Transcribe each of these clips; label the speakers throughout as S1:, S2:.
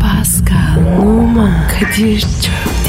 S1: Pascal, Oman, Kadir çok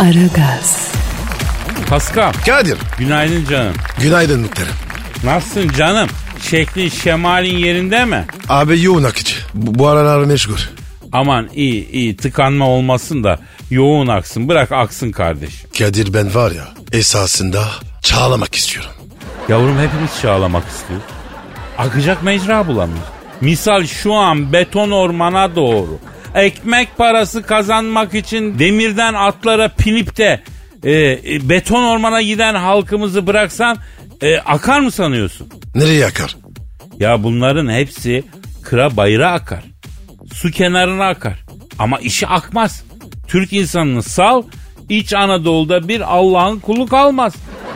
S1: Aragaz,
S2: Paskal,
S3: Kadir.
S2: günaydın canım.
S3: Günaydın muhterem.
S2: Nasılsın canım? Şeklin şemalin yerinde mi?
S3: Abi yoğun akıcı. Bu, bu aralar meşgul.
S2: Aman iyi iyi tıkanma olmasın da yoğun aksın. Bırak aksın kardeşim.
S3: Kadir ben var ya esasında çağlamak istiyorum.
S2: Yavrum hepimiz çağlamak istiyor. Akacak mecra bulamıyor. Misal şu an beton ormana doğru. Ekmek parası kazanmak için demirden atlara pinip de e, e, beton ormana giden halkımızı bıraksan e, akar mı sanıyorsun?
S3: Nereye akar?
S2: Ya bunların hepsi kıra bayıra akar. Su kenarına akar. Ama işi akmaz. Türk insanını sal, iç Anadolu'da bir Allah'ın kulu kalmaz.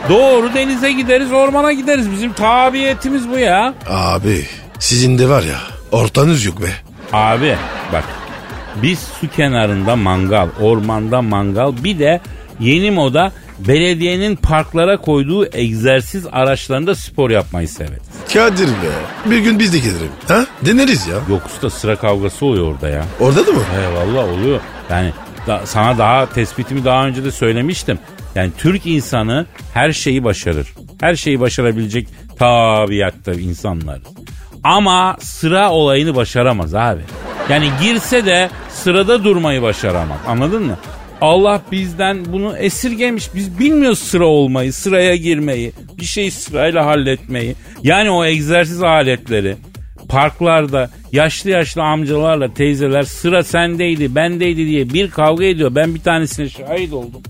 S2: Doğru denize gideriz, ormana gideriz. Bizim tabiyetimiz bu ya.
S3: Abi sizin de var ya ortanız yok be.
S2: Abi bak biz su kenarında mangal, ormanda mangal bir de yeni moda belediyenin parklara koyduğu egzersiz araçlarında spor yapmayı severiz.
S3: Kadir be. Bir gün biz de gelirim. Ha? Deneriz ya.
S2: Yok usta sıra kavgası oluyor orada ya.
S3: Orada da mı?
S2: He valla oluyor. Yani da- sana daha tespitimi daha önce de söylemiştim. Yani Türk insanı her şeyi başarır. Her şeyi başarabilecek tabiatta insanlar. Ama sıra olayını başaramaz abi. Yani girse de sırada durmayı başaramaz. Anladın mı? Allah bizden bunu esirgemiş. Biz bilmiyoruz sıra olmayı, sıraya girmeyi, bir şeyi sırayla halletmeyi. Yani o egzersiz aletleri parklarda yaşlı yaşlı amcalarla teyzeler sıra sendeydi bendeydi diye bir kavga ediyor. Ben bir tanesine şahit oldum.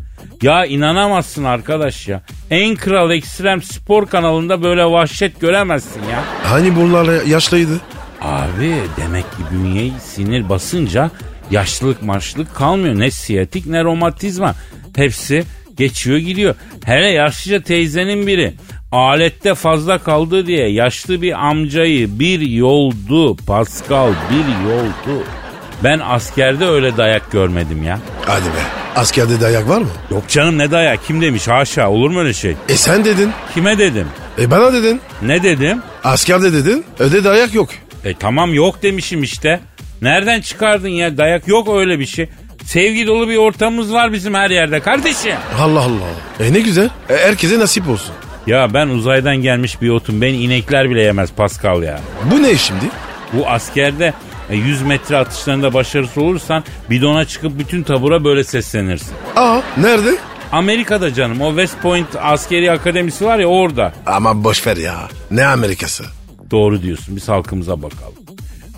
S2: Ya inanamazsın arkadaş ya. En kral ekstrem spor kanalında böyle vahşet göremezsin ya.
S3: Hani bunlarla yaşlıydı?
S2: Abi demek ki bünyeyi sinir basınca yaşlılık marşlılık kalmıyor. Ne siyatik ne romatizma. Hepsi geçiyor gidiyor. Hele yaşlıca teyzenin biri alette fazla kaldı diye yaşlı bir amcayı bir yoldu. Pascal bir yoldu. Ben askerde öyle dayak görmedim ya.
S3: Hadi be. Askerde dayak var mı?
S2: Yok canım ne dayak kim demiş haşa olur mu öyle şey?
S3: E sen dedin.
S2: Kime dedim?
S3: E bana dedin.
S2: Ne dedim?
S3: Askerde dedin. Öde dayak yok.
S2: E tamam yok demişim işte. Nereden çıkardın ya dayak yok öyle bir şey. Sevgi dolu bir ortamımız var bizim her yerde kardeşim.
S3: Allah Allah. E ne güzel. E, herkese nasip olsun.
S2: Ya ben uzaydan gelmiş bir otum. Beni inekler bile yemez Pascal ya.
S3: Bu ne şimdi?
S2: Bu askerde e, 100 metre atışlarında başarısız olursan bidona çıkıp bütün tabura böyle seslenirsin.
S3: Aa nerede?
S2: Amerika'da canım o West Point askeri akademisi var ya orada.
S3: Ama boşver ya. Ne Amerikası?
S2: Doğru diyorsun. Biz halkımıza bakalım.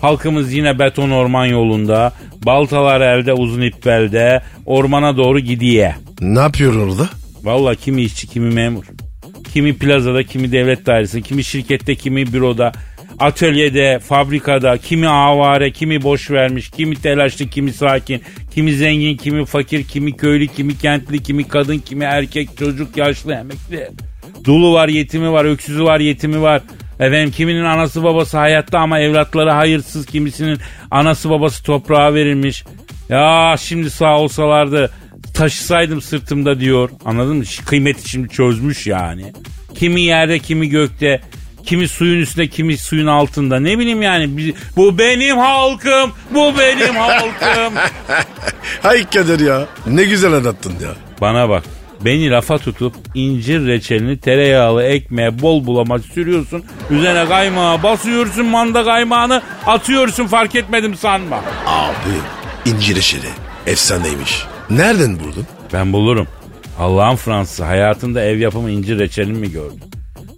S2: Halkımız yine beton orman yolunda, baltalar elde, uzun ip belde, ormana doğru gidiye.
S3: Ne yapıyorsun orada?
S2: Valla kimi işçi, kimi memur. Kimi plazada, kimi devlet dairesi, kimi şirkette, kimi büroda, atölyede, fabrikada, kimi avare, kimi boş vermiş, kimi telaşlı, kimi sakin, kimi zengin, kimi fakir, kimi köylü, kimi kentli, kimi kadın, kimi erkek, çocuk, yaşlı, emekli. Dulu var, yetimi var, öksüzü var, yetimi var. Efendim kiminin anası babası hayatta ama evlatları hayırsız, kimisinin anası babası toprağa verilmiş. Ya şimdi sağ olsalardı taşısaydım sırtımda diyor. Anladın mı? Ş- Kıymeti şimdi çözmüş yani. Kimi yerde, kimi gökte, kimi suyun üstünde, kimi suyun altında. Ne bileyim yani. bi- Bu benim halkım, bu benim halkım.
S3: Hay Kadir ya. Ne güzel anlattın ya.
S2: Bana bak. Beni lafa tutup incir reçelini tereyağlı ekmeğe bol bulama sürüyorsun. Üzerine kaymağı basıyorsun, manda kaymağını atıyorsun fark etmedim sanma.
S3: Abi incir eşeri. Efsaneymiş. Nereden buldun?
S2: Ben bulurum. Allah'ın Fransız hayatında ev yapımı incir reçelini mi gördün?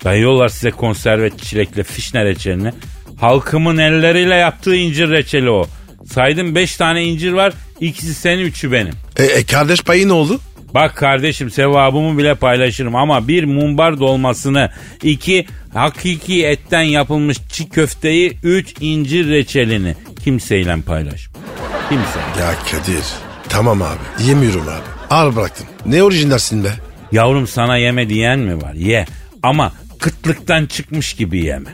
S2: Dayıyorlar size konserve çilekle fişne reçelini. Halkımın elleriyle yaptığı incir reçeli o. Saydım 5 tane incir var. ikisi senin, üçü benim.
S3: E, e, kardeş payı ne oldu?
S2: Bak kardeşim sevabımı bile paylaşırım ama bir mumbar dolmasını, iki hakiki etten yapılmış çiğ köfteyi, üç incir reçelini kimseyle paylaşma. Kimse.
S3: Ya Kadir. Tamam abi. Yemiyorum abi. Al bıraktım. Ne orijinalsin be?
S2: Yavrum sana yeme diyen mi var? Ye. Ama kıtlıktan çıkmış gibi yeme.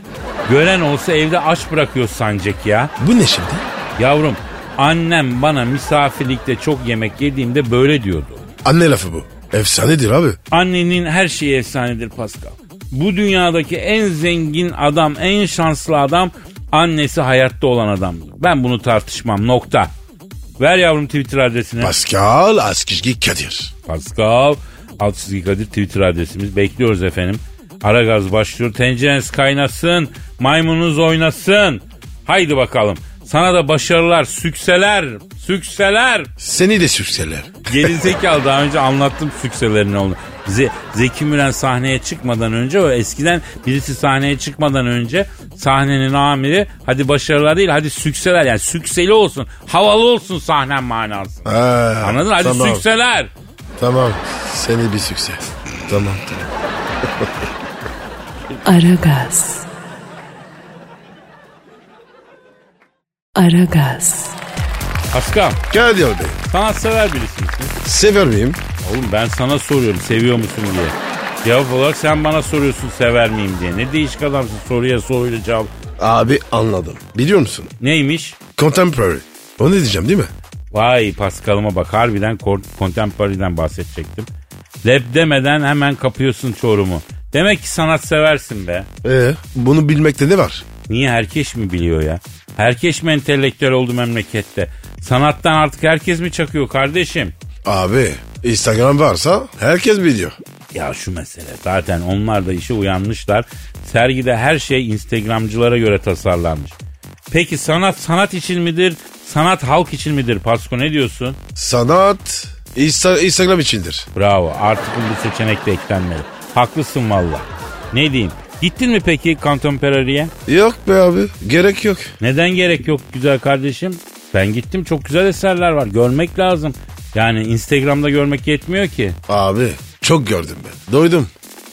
S2: Gören olsa evde aç bırakıyor sancak ya.
S3: Bu ne şimdi?
S2: Yavrum annem bana misafirlikte çok yemek yediğimde böyle diyordu.
S3: Anne lafı bu. Efsanedir abi.
S2: Annenin her şeyi efsanedir Pascal. Bu dünyadaki en zengin adam, en şanslı adam annesi hayatta olan adamdır. Ben bunu tartışmam nokta. Ver yavrum Twitter adresini.
S3: Pascal Askizgi Kadir.
S2: Pascal Altçizgi Kadir Twitter adresimiz. Bekliyoruz efendim. Aragaz başlıyor. Tencereniz kaynasın. Maymununuz oynasın. Haydi bakalım. Sana da başarılar, sükseler, sükseler.
S3: Seni de sükseler.
S2: Geri zekalı daha önce anlattım sükselerin onu. Ze- Zeki Müren sahneye çıkmadan önce o eskiden birisi sahneye çıkmadan önce sahnenin amiri hadi başarılar değil hadi sükseler yani sükseli olsun havalı olsun sahnen manası.
S3: Ha,
S2: Anladın? Hadi
S3: tamam,
S2: sükseler.
S3: Tamam. Seni bir sükses. Tamam tamam.
S1: Aragaz. Aragaz.
S2: Askam
S3: Kadir Bey.
S2: sanatsever birisi misin?
S3: Sever miyim?
S2: Oğlum ben sana soruyorum seviyor musun diye. Cevap olarak sen bana soruyorsun sever miyim diye. Ne değişik adamsın soruya soruyla cevap.
S3: Abi anladım. Biliyor musun?
S2: Neymiş?
S3: Contemporary. O ne diyeceğim değil mi?
S2: Vay Paskal'ıma bak harbiden kor- contemporary'den bahsedecektim. Rap demeden hemen kapıyorsun çorumu. Demek ki sanat seversin be.
S3: Ee, bunu bilmekte ne var?
S2: Niye herkes mi biliyor ya? Herkes mi entelektüel oldu memlekette? Sanattan artık herkes mi çakıyor kardeşim?
S3: Abi Instagram varsa herkes biliyor.
S2: Ya şu mesele zaten onlar da işe uyanmışlar. Sergide her şey Instagramcılara göre tasarlanmış. Peki sanat sanat için midir? Sanat halk için midir Pasko ne diyorsun?
S3: Sanat Insta- Instagram içindir.
S2: Bravo artık bu seçenek de eklenmeli. Haklısın valla. Ne diyeyim? Gittin mi peki Contemporary'e?
S3: Yok be abi gerek yok.
S2: Neden gerek yok güzel kardeşim? Ben gittim çok güzel eserler var görmek lazım. Yani Instagram'da görmek yetmiyor ki.
S3: Abi çok gördüm ben. Doydum.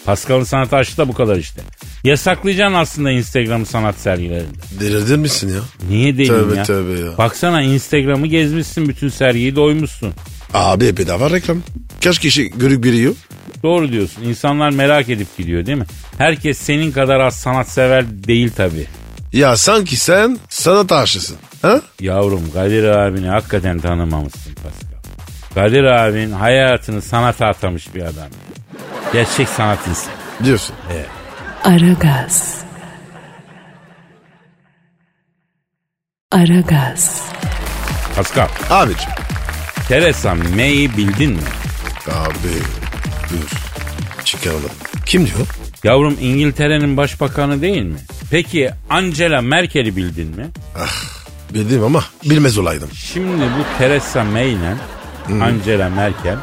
S2: Pascal'ın sanat aşkı da bu kadar işte. Yasaklayacaksın aslında Instagram'ı sanat sergilerinde.
S3: Delirdin misin ya?
S2: Niye deliyim
S3: Tövbe,
S2: ya?
S3: tövbe ya.
S2: Baksana Instagram'ı gezmişsin bütün sergiyi doymuşsun.
S3: Abi bedava reklam. Kaç kişi görüp giriyor?
S2: Doğru diyorsun. İnsanlar merak edip gidiyor değil mi? Herkes senin kadar az sanatsever değil tabii.
S3: Ya sanki sen sanat aşısın. Ha?
S2: Yavrum Kadir abini hakikaten tanımamışsın Pascal. Kadir abin hayatını sanata atamış bir adam. Gerçek sanat insanı.
S3: Diyorsun.
S1: Aragaz. Aragaz.
S2: Pascal,
S3: Abicim.
S2: Teresa May'i bildin mi?
S3: Abi dur. Çıkaralım. Kim diyor?
S2: Yavrum İngiltere'nin başbakanı değil mi? Peki Angela Merkel'i bildin mi?
S3: Bildim ama bilmez olaydım.
S2: Şimdi bu Theresa May ile Angela Merkel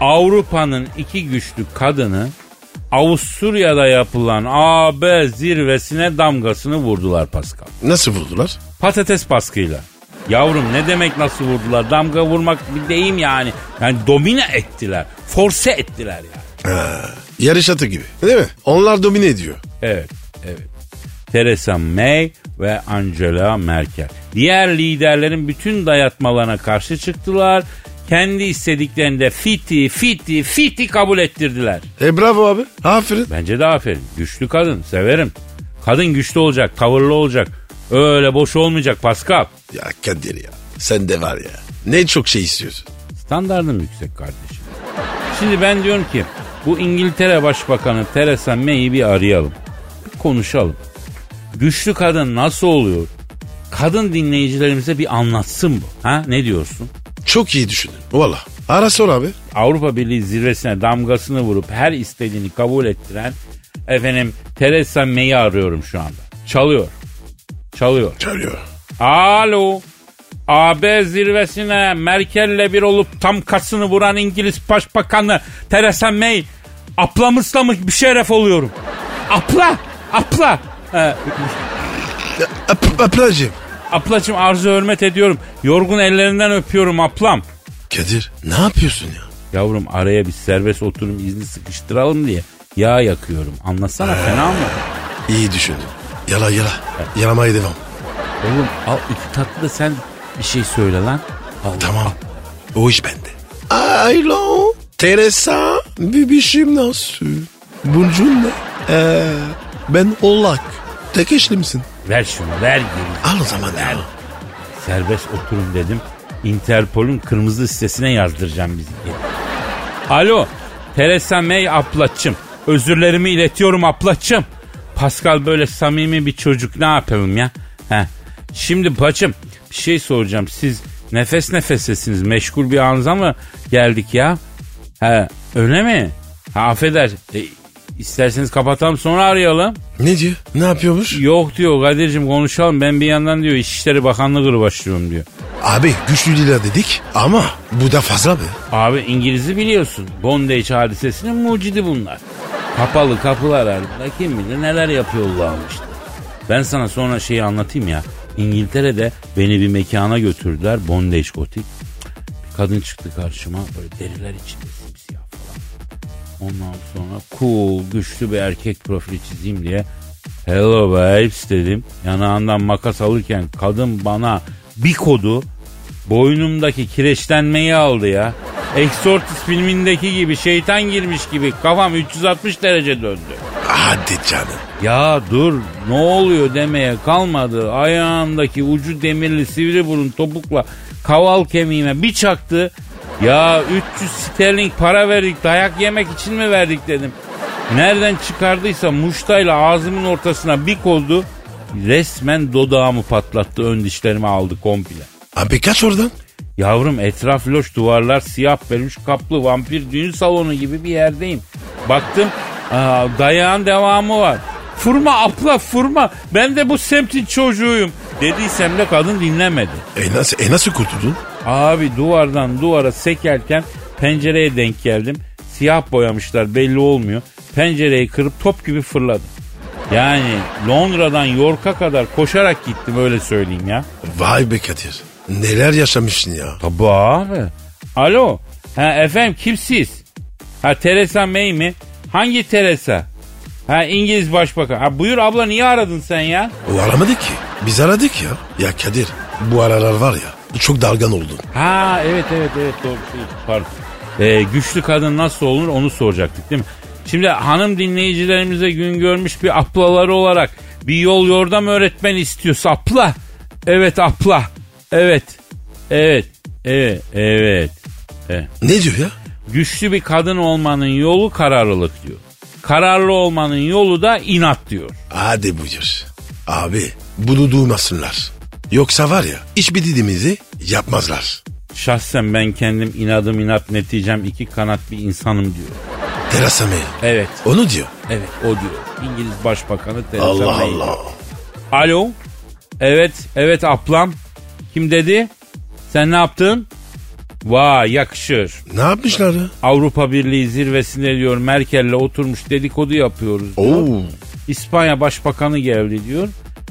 S2: Avrupa'nın iki güçlü kadını Avusturya'da yapılan AB zirvesine damgasını vurdular Pascal.
S3: Nasıl vurdular?
S2: Patates baskıyla. Yavrum ne demek nasıl vurdular? Damga vurmak bir deyim yani. Yani domine ettiler. Force ettiler yani.
S3: Yarış atı gibi. Değil mi? Onlar domine ediyor.
S2: Evet, evet. Theresa May ve Angela Merkel. Diğer liderlerin bütün dayatmalarına karşı çıktılar. Kendi istediklerinde fiti, fiti, fiti kabul ettirdiler.
S3: E bravo abi. Aferin.
S2: Bence de aferin. Güçlü kadın, severim. Kadın güçlü olacak, tavırlı olacak. Öyle boş olmayacak Pascal.
S3: Ya Kadir ya. Sen de var ya. Ne çok şey istiyorsun.
S2: Standardım yüksek kardeşim. Şimdi ben diyorum ki bu İngiltere Başbakanı Theresa May'i bir arayalım. Bir konuşalım. Güçlü kadın nasıl oluyor? Kadın dinleyicilerimize bir anlatsın bu. Ha ne diyorsun?
S3: Çok iyi düşündün. Valla. Ara sor abi.
S2: Avrupa Birliği zirvesine damgasını vurup her istediğini kabul ettiren efendim Theresa May'i arıyorum şu anda. Çalıyor. Çalıyor.
S3: Çalıyor.
S2: Alo. AB zirvesine Merkel'le bir olup tam kasını vuran İngiliz Başbakanı Theresa May aplamışlamış bir şeref oluyorum. Apla, apla. Ee,
S3: Ap- ablacığım.
S2: aplacım arzu hürmet ediyorum. Yorgun ellerinden öpüyorum aplam.
S3: Kadir ne yapıyorsun ya?
S2: Yavrum araya bir serbest oturum izni sıkıştıralım diye yağ yakıyorum. Anlasana fena mı?
S3: İyi düşündün. Yala yala. Yalamaya devam.
S2: Oğlum al iki tatlı da sen Bir şey söyle lan.
S3: Tamam. O iş bende. Alo. Teresa. Bibişim nasıl? Burcun ne? Ee, ben Oğlak. Tek eşli misin?
S2: Ver şunu ver geri.
S3: Al o zaman al.
S2: Serbest oturun dedim. Interpol'ün kırmızı listesine yazdıracağım bizi. diye. Alo. Teresa May aplaçım. Özürlerimi iletiyorum aplaçım. Pascal böyle samimi bir çocuk ne yapalım ya? He. Şimdi paçım bir şey soracağım. Siz nefes nefesesiniz. Meşgul bir anıza mı geldik ya? He öyle mi? Ha affeder. E, isterseniz kapatalım sonra arayalım.
S3: Ne diyor? Ne yapıyormuş?
S2: Yok diyor Kadir'cim konuşalım ben bir yandan diyor İçişleri Bakanlığı grubu başlıyorum diyor.
S3: Abi güçlü dila dedik ama bu da fazla be.
S2: Abi İngiliz'i biliyorsun. Bondage hadisesinin mucidi bunlar. Kapalı kapılar ardında kim bilir neler yapıyorlarmış. Ben sana sonra şeyi anlatayım ya. İngiltere'de beni bir mekana götürdüler. Bondage gotik. Bir kadın çıktı karşıma böyle deriler içinde simsiyah falan. Ondan sonra cool güçlü bir erkek profili çizeyim diye hello babes dedim. Yanağından makas alırken kadın bana bir kodu boynumdaki kireçlenmeyi aldı ya. Exorcist filmindeki gibi şeytan girmiş gibi kafam 360 derece döndü.
S3: Hadi canım.
S2: Ya dur ne oluyor demeye kalmadı. Ayağımdaki ucu demirli sivri burun topukla kaval kemiğime bir çaktı. Ya 300 sterling para verdik dayak yemek için mi verdik dedim. Nereden çıkardıysa muştayla ağzımın ortasına bir koldu. Resmen dodağımı patlattı ön dişlerimi aldı komple.
S3: Abi kaç oradan?
S2: Yavrum etraf loş duvarlar siyah peluş kaplı vampir düğün salonu gibi bir yerdeyim. Baktım aa, dayağın devamı var. Furma abla furma ben de bu semtin çocuğuyum dediysem de kadın dinlemedi.
S3: E nasıl, e nasıl kurtuldun?
S2: Abi duvardan duvara sekerken pencereye denk geldim. Siyah boyamışlar belli olmuyor. Pencereyi kırıp top gibi fırladım. Yani Londra'dan York'a kadar koşarak gittim öyle söyleyeyim ya.
S3: Vay be Kadir. Neler yaşamışsın ya.
S2: Tabii abi. Alo. Ha efendim kimsiz? Ha Teresa May mi? Hangi Teresa? Ha İngiliz Başbakan. Ha buyur abla niye aradın sen ya?
S3: O aramadı ki. Biz aradık ya. Ya Kadir bu aralar var ya çok dalgan oldun.
S2: Ha evet evet evet doğru. Şey, Pardon. Ee, güçlü kadın nasıl olur onu soracaktık değil mi? Şimdi hanım dinleyicilerimize gün görmüş bir aplaları olarak bir yol yordam öğretmen istiyorsa apla. Evet apla. Evet. Evet. Evet. Evet. Evet.
S3: Ne diyor ya?
S2: Güçlü bir kadın olmanın yolu kararlılık diyor. Kararlı olmanın yolu da inat diyor.
S3: Hadi buyur. Abi bunu duymasınlar. Yoksa var ya hiçbir dediğimizi yapmazlar.
S2: Şahsen ben kendim inadım inat neticem iki kanat bir insanım diyor.
S3: Terasa May.
S2: Evet,
S3: Onu diyor.
S2: evet o diyor. İngiliz Başbakanı Theresa
S3: Allah
S2: May.
S3: Allah.
S2: Alo. Evet, evet ablam. Kim dedi? Sen ne yaptın? Vay yakışır.
S3: Ne yapmışlar ya?
S2: Avrupa Birliği zirvesinde diyor Merkel'le oturmuş dedikodu yapıyoruz. diyor.
S3: Oo.
S2: İspanya Başbakanı geldi diyor.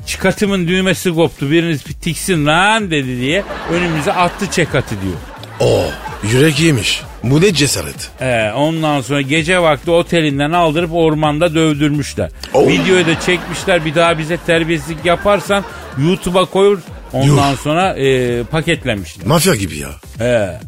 S2: Çıkatımın düğmesi koptu biriniz bir tiksin lan dedi diye önümüze attı çekatı diyor.
S3: Oo. Yürek yemiş. Bu ne cesaret?
S2: Ee, ondan sonra gece vakti otelinden aldırıp ormanda dövdürmüşler.
S3: Oh.
S2: Videoyu da çekmişler bir daha bize terbiyesizlik yaparsan YouTube'a koyur. Ondan
S3: Yuh.
S2: sonra e, paketlemişler.
S3: Mafya gibi ya.
S2: Ee,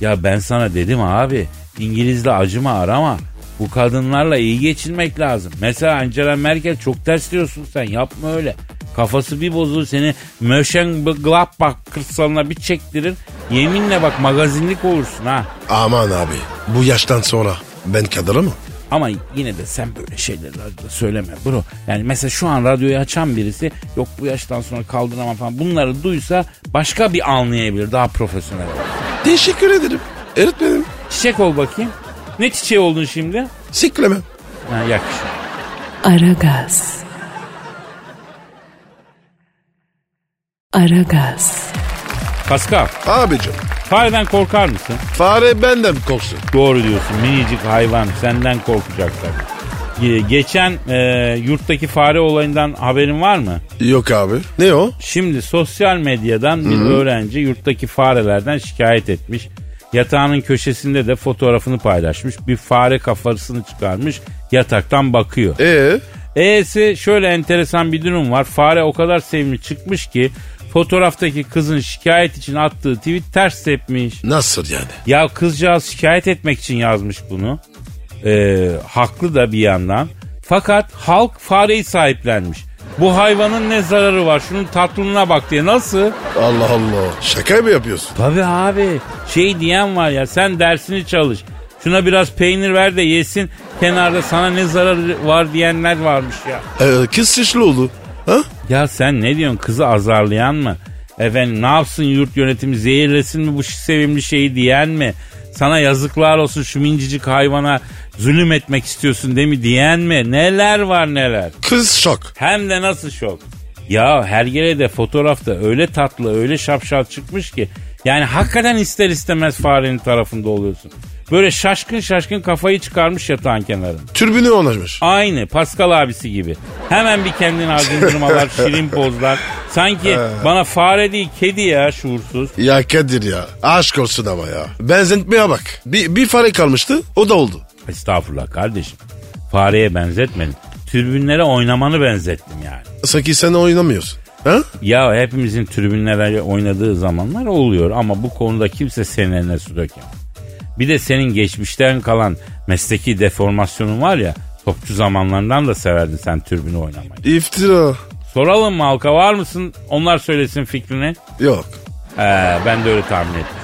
S2: ya ben sana dedim abi İngilizle acıma arama. Bu kadınlarla iyi geçinmek lazım. Mesela Angela Merkel çok ters diyorsun sen yapma öyle. Kafası bir bozulur seni Mönchengladbach kırsalına bir çektirir. Yeminle bak magazinlik olursun ha.
S3: Aman abi bu yaştan sonra ben Kadir'a mı?
S2: Ama yine de sen böyle şeyleri radyoda söyleme bro. Yani mesela şu an radyoyu açan birisi yok bu yaştan sonra kaldıramam falan bunları duysa başka bir anlayabilir daha profesyonel. olur.
S3: Teşekkür ederim. Öğretmenim.
S2: Çiçek ol bakayım. Ne çiçeği oldun şimdi?
S3: Siklemem.
S2: Ha, yakışır.
S1: Aragaz. Aragaz.
S2: Pascal,
S3: Abicim
S2: fareden korkar mısın?
S3: fare benden korksun.
S2: Doğru diyorsun minicik hayvan senden korkacaklar. Ee, Geçen e, yurttaki fare olayından haberin var mı?
S3: Yok abi. Ne o?
S2: Şimdi sosyal medyadan bir öğrenci yurttaki farelerden şikayet etmiş. Yatağının köşesinde de fotoğrafını paylaşmış. Bir fare kafasını çıkarmış yataktan bakıyor.
S3: Ee?
S2: E'si şöyle enteresan bir durum var. Fare o kadar sevimli çıkmış ki Fotoğraftaki kızın şikayet için attığı tweet ters tepmiş.
S3: Nasıl yani?
S2: Ya kızcağız şikayet etmek için yazmış bunu. Ee, haklı da bir yandan. Fakat halk fareyi sahiplenmiş. Bu hayvanın ne zararı var? Şunun tatlılığına bak diye. Nasıl?
S3: Allah Allah. Şaka mı yapıyorsun?
S2: Tabii abi. Şey diyen var ya sen dersini çalış. Şuna biraz peynir ver de yesin. Kenarda sana ne zararı var diyenler varmış ya.
S3: Ee, kız şişli oldu. Ha?
S2: Ya sen ne diyorsun kızı azarlayan mı? Efendim ne yapsın yurt yönetimi zehirlesin mi bu şi- sevimli şeyi diyen mi? Sana yazıklar olsun şu mincicik hayvana zulüm etmek istiyorsun değil mi diyen mi? Neler var neler.
S3: Kız şok.
S2: Hem de nasıl şok. Ya her yere de fotoğrafta öyle tatlı öyle şapşal çıkmış ki. Yani hakikaten ister istemez farenin tarafında oluyorsun. Böyle şaşkın şaşkın kafayı çıkarmış yatağın kenarına.
S3: Türbünü onarmış.
S2: Aynı Pascal abisi gibi. Hemen bir kendini acındırmalar, şirin pozlar. Sanki bana fare değil kedi ya şuursuz.
S3: Ya Kadir ya. Aşk olsun ama ya. Benzetmeye bak. Bir, bir fare kalmıştı. O da oldu.
S2: Estağfurullah kardeşim. Fareye benzetmedim. Tribünlere oynamanı benzettim yani.
S3: Sanki sen oynamıyorsun. Ha?
S2: Ya hepimizin tribünlere oynadığı zamanlar oluyor ama bu konuda kimse senin eline su dökemez. Bir de senin geçmişten kalan mesleki deformasyonun var ya topçu zamanlarından da severdin sen tribünü oynamayı.
S3: İftira.
S2: Soralım mı halka var mısın? Onlar söylesin fikrini.
S3: Yok.
S2: Ee, ben de öyle tahmin ettim.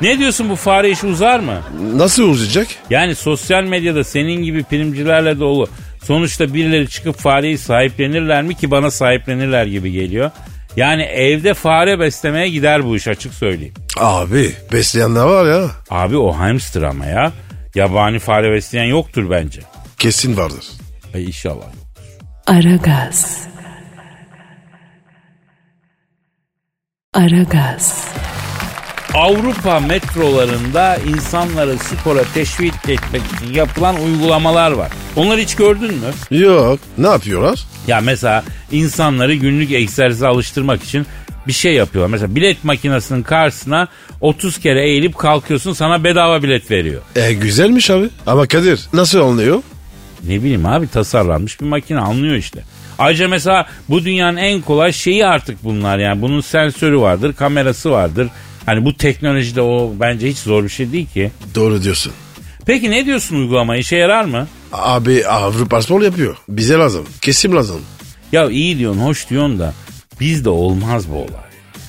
S2: Ne diyorsun bu fare işi uzar mı?
S3: Nasıl uzayacak?
S2: Yani sosyal medyada senin gibi primcilerle dolu. Sonuçta birileri çıkıp fareyi sahiplenirler mi ki bana sahiplenirler gibi geliyor. Yani evde fare beslemeye gider bu iş açık söyleyeyim.
S3: Abi besleyenler var ya.
S2: Abi o hamster ama ya. Yabani fare besleyen yoktur bence.
S3: Kesin vardır.
S2: E inşallah.
S1: Aragaz. Aragaz.
S2: Avrupa metrolarında insanları spora teşvik etmek için yapılan uygulamalar var. Onları hiç gördün mü?
S3: Yok. Ne yapıyorlar?
S2: Ya mesela insanları günlük egzersize alıştırmak için bir şey yapıyorlar. Mesela bilet makinesinin karşısına 30 kere eğilip kalkıyorsun sana bedava bilet veriyor.
S3: E güzelmiş abi. Ama Kadir nasıl anlıyor?
S2: Ne bileyim abi tasarlanmış bir makine anlıyor işte. Ayrıca mesela bu dünyanın en kolay şeyi artık bunlar yani bunun sensörü vardır kamerası vardır. Hani bu teknolojide o bence hiç zor bir şey değil ki.
S3: Doğru diyorsun.
S2: Peki ne diyorsun uygulama işe yarar mı?
S3: Abi Avrupa spor yapıyor. Bize lazım. Kesim lazım.
S2: Ya iyi diyorsun, hoş diyorsun da bizde olmaz bu olay.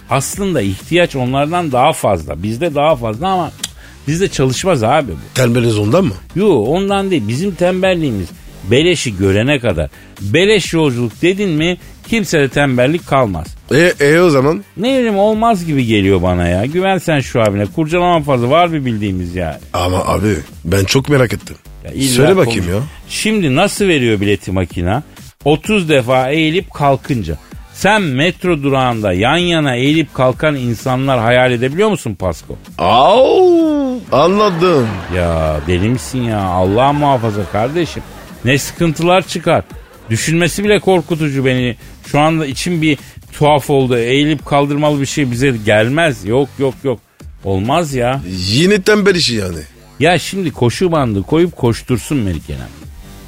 S2: Aslında ihtiyaç onlardan daha fazla. Bizde daha fazla ama cık, bizde çalışmaz abi bu.
S3: Tembeliz ondan mı?
S2: Yo ondan değil. Bizim tembelliğimiz beleşi görene kadar. Beleş yolculuk dedin mi kimsede tembellik kalmaz.
S3: E, e o zaman?
S2: Ne bileyim olmaz gibi geliyor bana ya. Güven sen şu abine. Kurcalama fazla var bir bildiğimiz yani.
S3: Ama abi ben çok merak ettim.
S2: Ya illa
S3: Söyle bakayım
S2: konuş-
S3: ya.
S2: Şimdi nasıl veriyor bileti makina? 30 defa eğilip kalkınca. Sen metro durağında yan yana eğilip kalkan insanlar hayal edebiliyor musun Pasko?
S3: Au, anladım.
S2: Ya deli misin ya Allah muhafaza kardeşim. Ne sıkıntılar çıkar. Düşünmesi bile korkutucu beni. Şu anda içim bir tuhaf oldu. Eğilip kaldırmalı bir şey bize gelmez. Yok yok yok. Olmaz ya.
S3: Yine tembel işi yani.
S2: Ya şimdi koşu bandı koyup koştursun Melikenem.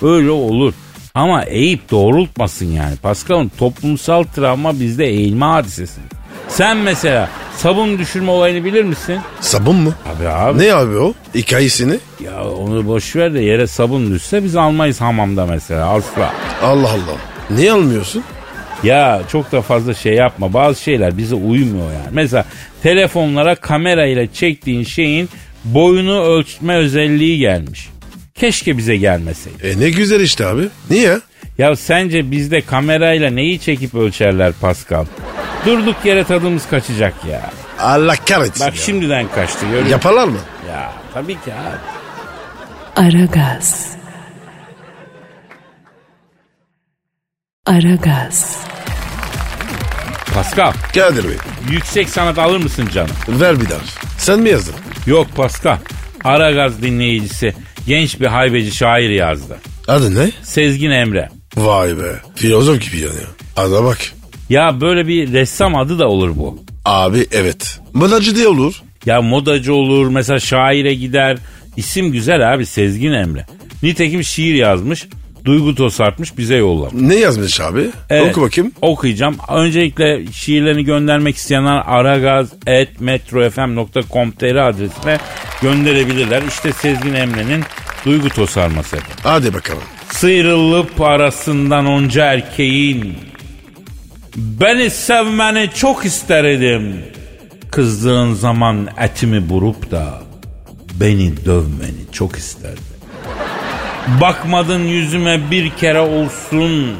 S2: Öyle olur. Ama eğip doğrultmasın yani. Pascal'ın toplumsal travma bizde eğilme hadisesi. Sen mesela sabun düşürme olayını bilir misin?
S3: Sabun mu?
S2: Abi abi.
S3: Ne abi o? Hikayesini?
S2: Ya onu boş ver de yere sabun düşse biz almayız hamamda mesela asla.
S3: Allah Allah. Niye almıyorsun?
S2: Ya çok da fazla şey yapma. Bazı şeyler bize uymuyor yani. Mesela telefonlara kamera ile çektiğin şeyin boyunu ölçme özelliği gelmiş. Keşke bize gelmeseydi.
S3: E ne güzel işte abi. Niye?
S2: Ya sence bizde kamerayla neyi çekip ölçerler Pascal? Durduk yere tadımız kaçacak ya.
S3: Allah kahretsin
S2: Bak
S3: ya.
S2: şimdiden kaçtı görüyor musun?
S3: Yaparlar mı?
S2: Ya tabii ki abi.
S1: Aragaz. Aragaz.
S2: Pascal
S3: Kadir Bey
S2: yüksek sanat alır mısın canım?
S3: ver bir daha. Sen mi yazdın?
S2: Yok Pascal. Aragaz dinleyicisi genç bir haybeci şair yazdı.
S3: Adı ne?
S2: Sezgin Emre.
S3: Vay be. Filozof gibi yani. Ada bak.
S2: Ya böyle bir ressam adı da olur bu.
S3: Abi evet. Manacı diye olur.
S2: Ya modacı olur mesela şaire gider. İsim güzel abi Sezgin Emre. Nitekim şiir yazmış. Duygu tosartmış bize yollamış.
S3: Ne yazmış abi?
S2: Evet,
S3: Oku bakayım.
S2: Okuyacağım. Öncelikle şiirlerini göndermek isteyenler aragaz.metrofm.com.tr adresine gönderebilirler. İşte Sezgin Emre'nin duygu tosarması.
S3: Hadi bakalım.
S2: Sıyrılıp arasından onca erkeğin Beni sevmeni çok isterdim Kızdığın zaman etimi burup da Beni dövmeni çok isterdim Bakmadın yüzüme bir kere olsun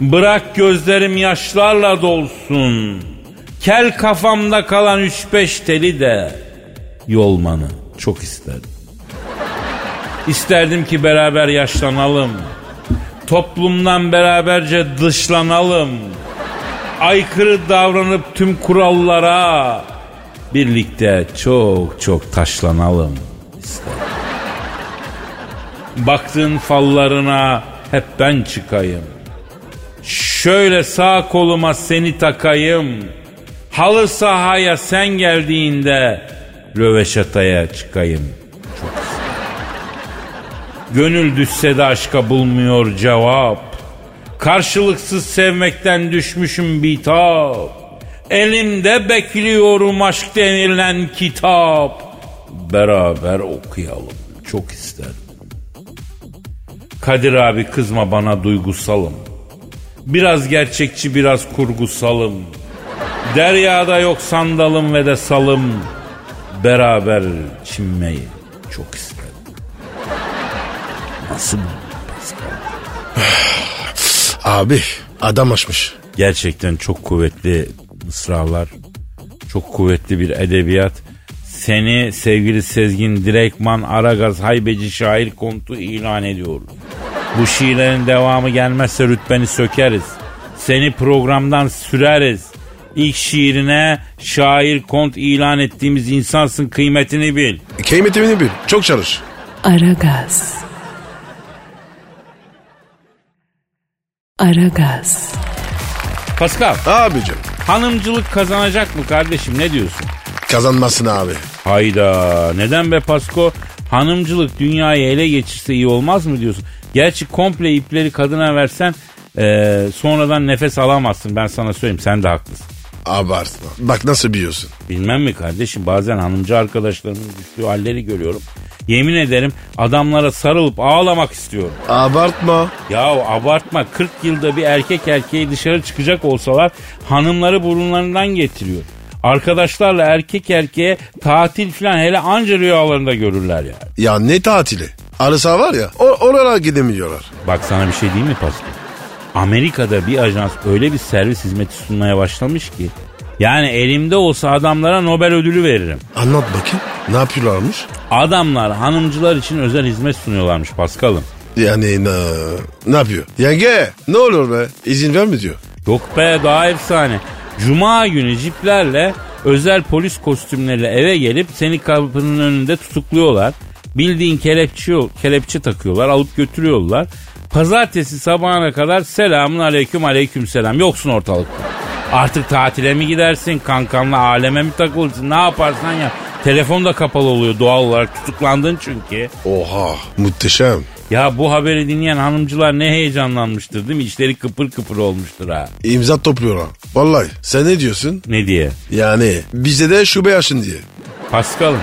S2: Bırak gözlerim yaşlarla dolsun Kel kafamda kalan üç beş teli de Yolmanı çok isterdim İsterdim ki beraber yaşlanalım. Toplumdan beraberce dışlanalım. Aykırı davranıp tüm kurallara birlikte çok çok taşlanalım isterdim. Baktığın fallarına hep ben çıkayım. Şöyle sağ koluma seni takayım. Halı sahaya sen geldiğinde röveşataya çıkayım. Gönül düşse de aşka bulmuyor cevap. Karşılıksız sevmekten düşmüşüm bitap. Elimde bekliyorum aşk denilen kitap. Beraber okuyalım çok isterim. Kadir abi kızma bana duygusalım. Biraz gerçekçi biraz kurgusalım. Deryada yok sandalım ve de salım. Beraber çinmeyi çok isterim. Nasıl
S3: Abi adam açmış.
S2: Gerçekten çok kuvvetli mısralar, çok kuvvetli bir edebiyat. Seni sevgili Sezgin Direkman Aragaz Haybeci Şair Kontu ilan ediyoruz. Bu şiirlerin devamı gelmezse rütbeni sökeriz. Seni programdan süreriz. İlk şiirine şair kont ilan ettiğimiz insansın kıymetini bil.
S3: Kıymetimini bil. Çok çalış.
S1: Aragaz. Aragaz.
S2: Pascal,
S3: Abicim
S2: hanımcılık kazanacak mı kardeşim ne diyorsun?
S3: kazanmasın abi.
S2: Hayda neden be Pasko? Hanımcılık dünyayı ele geçirse iyi olmaz mı diyorsun? Gerçi komple ipleri kadına versen eee, sonradan nefes alamazsın ben sana söyleyeyim sen de haklısın.
S3: Abartma. Bak nasıl biliyorsun.
S2: Bilmem mi kardeşim bazen hanımcı arkadaşlarımın düştüğü halleri görüyorum. Yemin ederim adamlara sarılıp ağlamak istiyorum.
S3: Abartma.
S2: Ya abartma 40 yılda bir erkek erkeği dışarı çıkacak olsalar hanımları burunlarından getiriyor. Arkadaşlarla erkek erkeğe tatil falan hele anca rüyalarında görürler ya.
S3: Ya ne tatili? Arısa var ya o- oralara gidemiyorlar.
S2: Bak sana bir şey diyeyim mi Pascal? Amerika'da bir ajans öyle bir servis hizmeti sunmaya başlamış ki. Yani elimde olsa adamlara Nobel ödülü veririm.
S3: Anlat bakayım. Ne yapıyorlarmış?
S2: Adamlar hanımcılar için özel hizmet sunuyorlarmış Paskal'ım.
S3: Yani ne, ne yapıyor? Yenge ne olur be izin verme diyor.
S2: Yok be daha efsane. Cuma günü ciplerle özel polis kostümleriyle eve gelip seni kapının önünde tutukluyorlar. Bildiğin kelepçe, kelepçe takıyorlar alıp götürüyorlar. Pazartesi sabahına kadar selamun aleyküm aleyküm selam yoksun ortalıkta. Artık tatile mi gidersin kankanla aleme mi takılırsın ne yaparsan yap. Telefon da kapalı oluyor doğal olarak tutuklandın çünkü.
S3: Oha muhteşem.
S2: Ya bu haberi dinleyen hanımcılar ne heyecanlanmıştır değil mi? İçleri kıpır kıpır olmuştur ha.
S3: İmza topluyorlar. Vallahi sen ne diyorsun?
S2: Ne diye?
S3: Yani bize de şube açın diye.
S2: Paskal'ım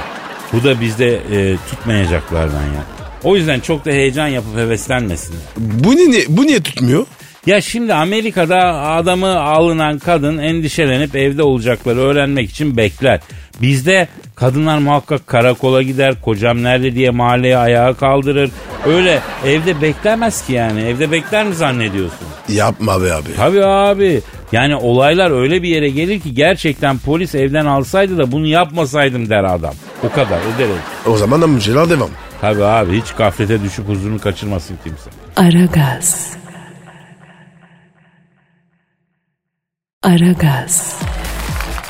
S2: bu da bizde e, tutmayacaklardan ya. O yüzden çok da heyecan yapıp heveslenmesinler.
S3: Bu niye, bu niye tutmuyor?
S2: Ya şimdi Amerika'da adamı alınan kadın endişelenip evde olacakları öğrenmek için bekler. Bizde kadınlar muhakkak karakola gider, kocam nerede diye mahalleye ayağa kaldırır. Öyle evde beklemez ki yani. Evde bekler mi zannediyorsun?
S3: Yapma be abi.
S2: Tabii abi. Yani olaylar öyle bir yere gelir ki gerçekten polis evden alsaydı da bunu yapmasaydım der adam. O kadar o derece.
S3: O zaman amcalar devam.
S2: Tabii abi hiç gaflete düşüp huzurunu kaçırmasın kimse.
S1: Aragaz. Aragaz.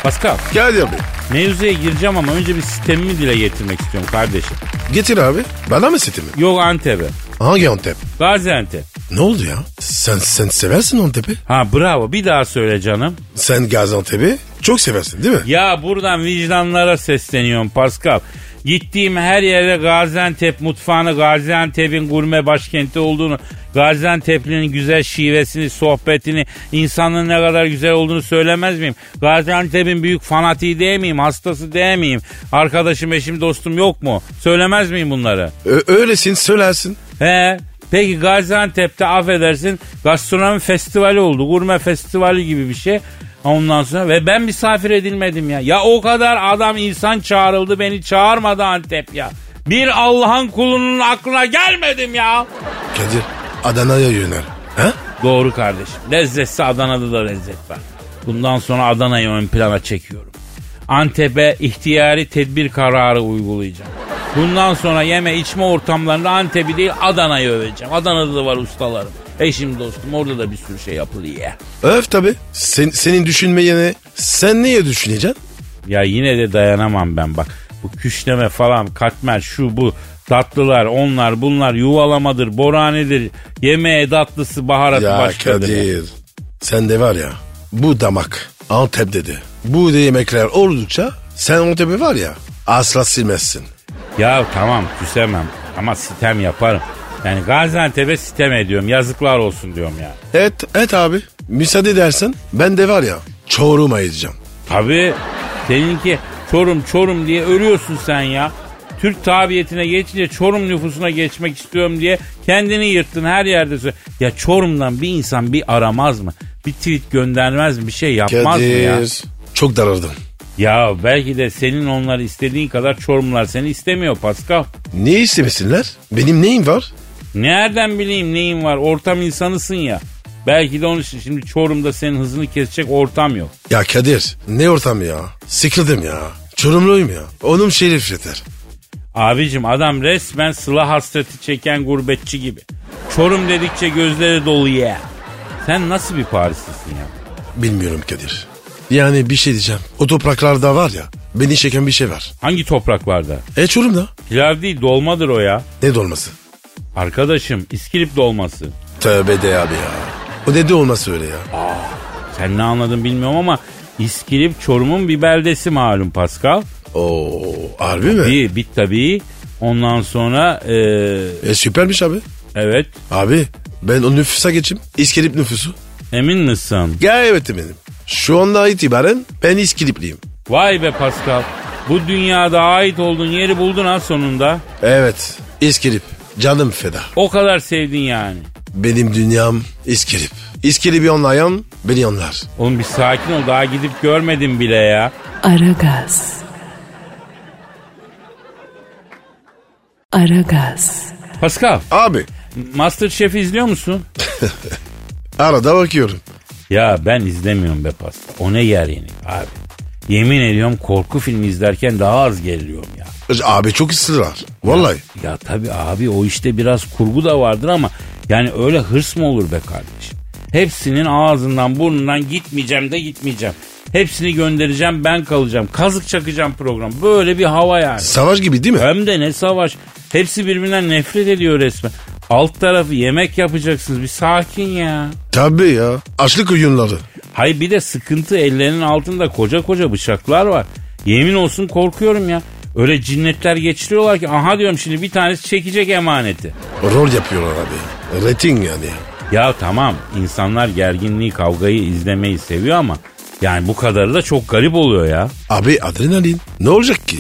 S2: Pascal
S3: Gel abi.
S2: mevzuya gireceğim ama önce bir sistemimi dile getirmek istiyorum kardeşim.
S3: Getir abi. Bana mı seti mi?
S2: Yok Antep'e.
S3: Hangi Antep?
S2: Gaziantep.
S3: Ne oldu ya? Sen sen seversin Antep'i.
S2: Ha bravo bir daha söyle canım.
S3: Sen Gaziantep'i çok seversin değil mi?
S2: Ya buradan vicdanlara sesleniyorum Pascal. Gittiğim her yere Gaziantep mutfağını, Gaziantep'in gurme başkenti olduğunu, Gaziantep'linin güzel şivesini, sohbetini, insanın ne kadar güzel olduğunu söylemez miyim? Gaziantep'in büyük fanatiği değil miyim? Hastası değil miyim? Arkadaşım, eşim, dostum yok mu? Söylemez miyim bunları?
S3: Ö- öylesin söylersin.
S2: He. Peki Gaziantep'te affedersin gastronomi festivali oldu. Gurme festivali gibi bir şey. Ondan sonra ve ben misafir edilmedim ya. Ya o kadar adam insan çağrıldı beni çağırmadı Antep ya. Bir Allah'ın kulunun aklına gelmedim ya.
S3: Kadir Adana'ya yönel. Ha?
S2: Doğru kardeşim. Lezzetse Adana'da da lezzet var. Bundan sonra Adana'yı ön plana çekiyorum. Antep'e ihtiyari tedbir kararı uygulayacağım. Bundan sonra yeme içme ortamlarında Antep'i değil Adana'yı öveceğim. Adana'da da var ustalarım. Eşim dostum orada da bir sürü şey yapılıyor. ya.
S3: Öf tabi. Sen, senin düşünmeyene sen niye düşüneceksin?
S2: Ya yine de dayanamam ben bak. Bu küşleme falan katmer şu bu tatlılar onlar bunlar yuvalamadır boranidir yemeğe tatlısı baharatı
S3: ya
S2: başkadır.
S3: Kadir. Sen de var ya bu damak Antep dedi. Bu de yemekler oldukça sen Antep'i var ya asla silmezsin.
S2: Ya tamam küsemem ama sitem yaparım. Yani Gaziantep'e sitem ediyorum. Yazıklar olsun diyorum ya.
S3: Evet, evet abi. Müsaade edersen ben de var ya çorum ayıracağım.
S2: Tabii seninki Çorum Çorum diye ölüyorsun sen ya. Türk tabiyetine geçince Çorum nüfusuna geçmek istiyorum diye kendini yırttın her yerde. sö- Ya Çorum'dan bir insan bir aramaz mı? Bir tweet göndermez mi? Bir şey yapmaz mı ya?
S3: Kadir. Çok daraldım.
S2: Ya belki de senin onları istediğin kadar Çorumlar seni istemiyor Pascal.
S3: Niye istemesinler? Benim neyim var?
S2: Nereden bileyim neyin var? Ortam insanısın ya. Belki de onun için şimdi Çorum'da senin hızını kesecek ortam yok.
S3: Ya Kadir ne ortam ya? Sıkıldım ya. Çorumluyum ya. Onum şerif yeter.
S2: Abicim adam resmen sıla hasreti çeken gurbetçi gibi. Çorum dedikçe gözleri dolu ya. Sen nasıl bir Parislisin ya?
S3: Bilmiyorum Kadir. Yani bir şey diyeceğim. O topraklarda var ya beni çeken bir şey var.
S2: Hangi topraklarda?
S3: E Çorum'da.
S2: Pilav değil dolmadır o ya.
S3: Ne dolması?
S2: Arkadaşım iskilip dolması.
S3: Tövbe de abi ya. O ne de olması öyle ya.
S2: Sen ne anladın bilmiyorum ama iskilip Çorum'un bir beldesi malum Pascal.
S3: Oo harbi mi?
S2: Bir bit tabii. Ondan sonra eee,
S3: E süpermiş abi.
S2: evet
S3: Abi ben o nüfusa geçeyim. İskilip nüfusu.
S2: emin misin?
S3: Ya evet benim. Şu anda itibaren ben İskilipliyim.
S2: Vay be Pascal. Bu dünyada ait olduğun yeri buldun ha sonunda.
S3: Evet İskilip. Canım feda.
S2: O kadar sevdin yani.
S3: Benim dünyam İskilip. İskilip'i anlayan beni anlar.
S2: Oğlum bir sakin ol daha gidip görmedim bile ya.
S1: Aragaz. Aragaz.
S2: Pascal,
S3: Abi
S2: Masterchef'i izliyor musun?
S3: arada bakıyorum.
S2: Ya ben izlemiyorum be Pascal. O ne yer yeni abi. Yemin ediyorum korku filmi izlerken daha az geriliyorum ya.
S3: Abi çok ısrar. Vallahi.
S2: Ya tabii abi o işte biraz kurgu da vardır ama yani öyle hırs mı olur be kardeşim? Hepsinin ağzından burnundan gitmeyeceğim de gitmeyeceğim. Hepsini göndereceğim ben kalacağım. Kazık çakacağım program. Böyle bir hava yani.
S3: Savaş gibi değil mi?
S2: Hem de ne savaş. Hepsi birbirinden nefret ediyor resmen. Alt tarafı yemek yapacaksınız bir sakin ya.
S3: Tabii ya. Açlık oyunları.
S2: Hay bir de sıkıntı ellerinin altında koca koca bıçaklar var. Yemin olsun korkuyorum ya. Öyle cinnetler geçiriyorlar ki aha diyorum şimdi bir tanesi çekecek emaneti.
S3: Rol yapıyorlar abi. Rating yani.
S2: Ya tamam insanlar gerginliği kavgayı izlemeyi seviyor ama yani bu kadarı da çok garip oluyor ya.
S3: Abi adrenalin. Ne olacak ki?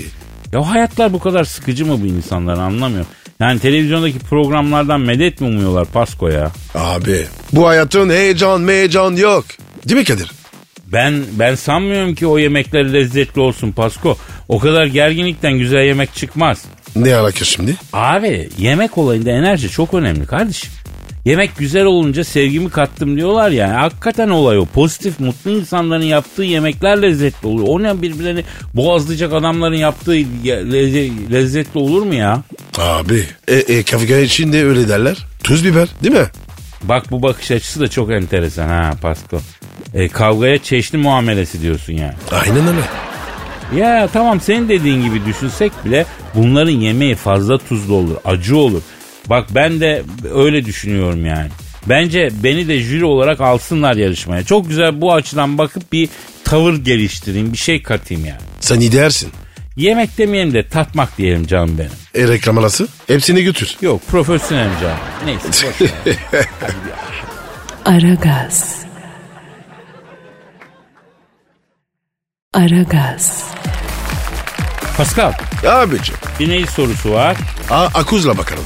S2: Ya hayatlar bu kadar sıkıcı mı bu insanlar anlamıyorum. Yani televizyondaki programlardan medet mi umuyorlar Pasko ya?
S3: Abi bu hayatın heyecan meyecan yok. Değil mi Kadir?
S2: Ben ben sanmıyorum ki o yemekler lezzetli olsun Pasko. O kadar gerginlikten güzel yemek çıkmaz.
S3: Ne alaka şimdi?
S2: Abi yemek olayında enerji çok önemli kardeşim. Yemek güzel olunca sevgimi kattım diyorlar ya. Hakikaten olay o. Pozitif, mutlu insanların yaptığı yemekler lezzetli oluyor. O ne birbirlerini boğazlayacak adamların yaptığı ye- lezze- lezzetli olur mu ya?
S3: Abi. E, e kafka için de öyle derler. Tuz biber değil mi?
S2: Bak bu bakış açısı da çok enteresan ha Pasko. E, kavgaya çeşni muamelesi diyorsun yani.
S3: Aynen öyle.
S2: Ya tamam senin dediğin gibi düşünsek bile bunların yemeği fazla tuzlu olur, acı olur. Bak ben de öyle düşünüyorum yani. Bence beni de jüri olarak alsınlar yarışmaya. Çok güzel bu açıdan bakıp bir tavır geliştireyim, bir şey katayım yani.
S3: Sen iyi dersin.
S2: Yemek demeyelim de tatmak diyelim canım benim.
S3: E reklam arası? Hepsini götür.
S2: Yok profesyonelim canım. Neyse boş ver.
S1: Aragaz. Aragaz.
S2: Pascal
S3: Abicim.
S2: bir neyi sorusu var.
S3: A akuzla bakalım.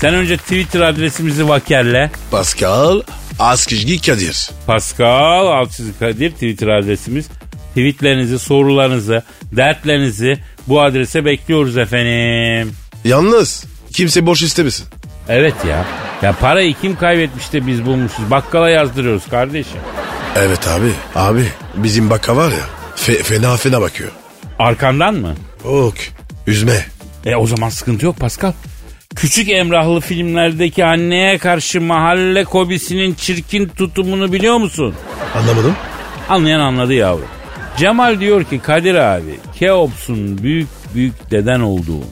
S2: Sen önce Twitter adresimizi vakerle.
S3: Pascal Askizgi Kadir.
S2: Pascal Alçızı Kadir Twitter adresimiz. Tweetlerinizi, sorularınızı, dertlerinizi bu adrese bekliyoruz efendim.
S3: Yalnız kimse borç istemesin.
S2: Evet ya. Ya parayı kim kaybetmiş de biz bulmuşuz. Bakkala yazdırıyoruz kardeşim.
S3: Evet abi. Abi bizim baka var ya fe- fena fena bakıyor.
S2: Arkandan mı?
S3: Ok. Üzme.
S2: E o zaman sıkıntı yok Pascal. Küçük Emrahlı filmlerdeki anneye karşı mahalle kobisinin çirkin tutumunu biliyor musun?
S3: Anlamadım.
S2: Anlayan anladı yavrum. Cemal diyor ki Kadir abi Keops'un büyük büyük deden olduğun,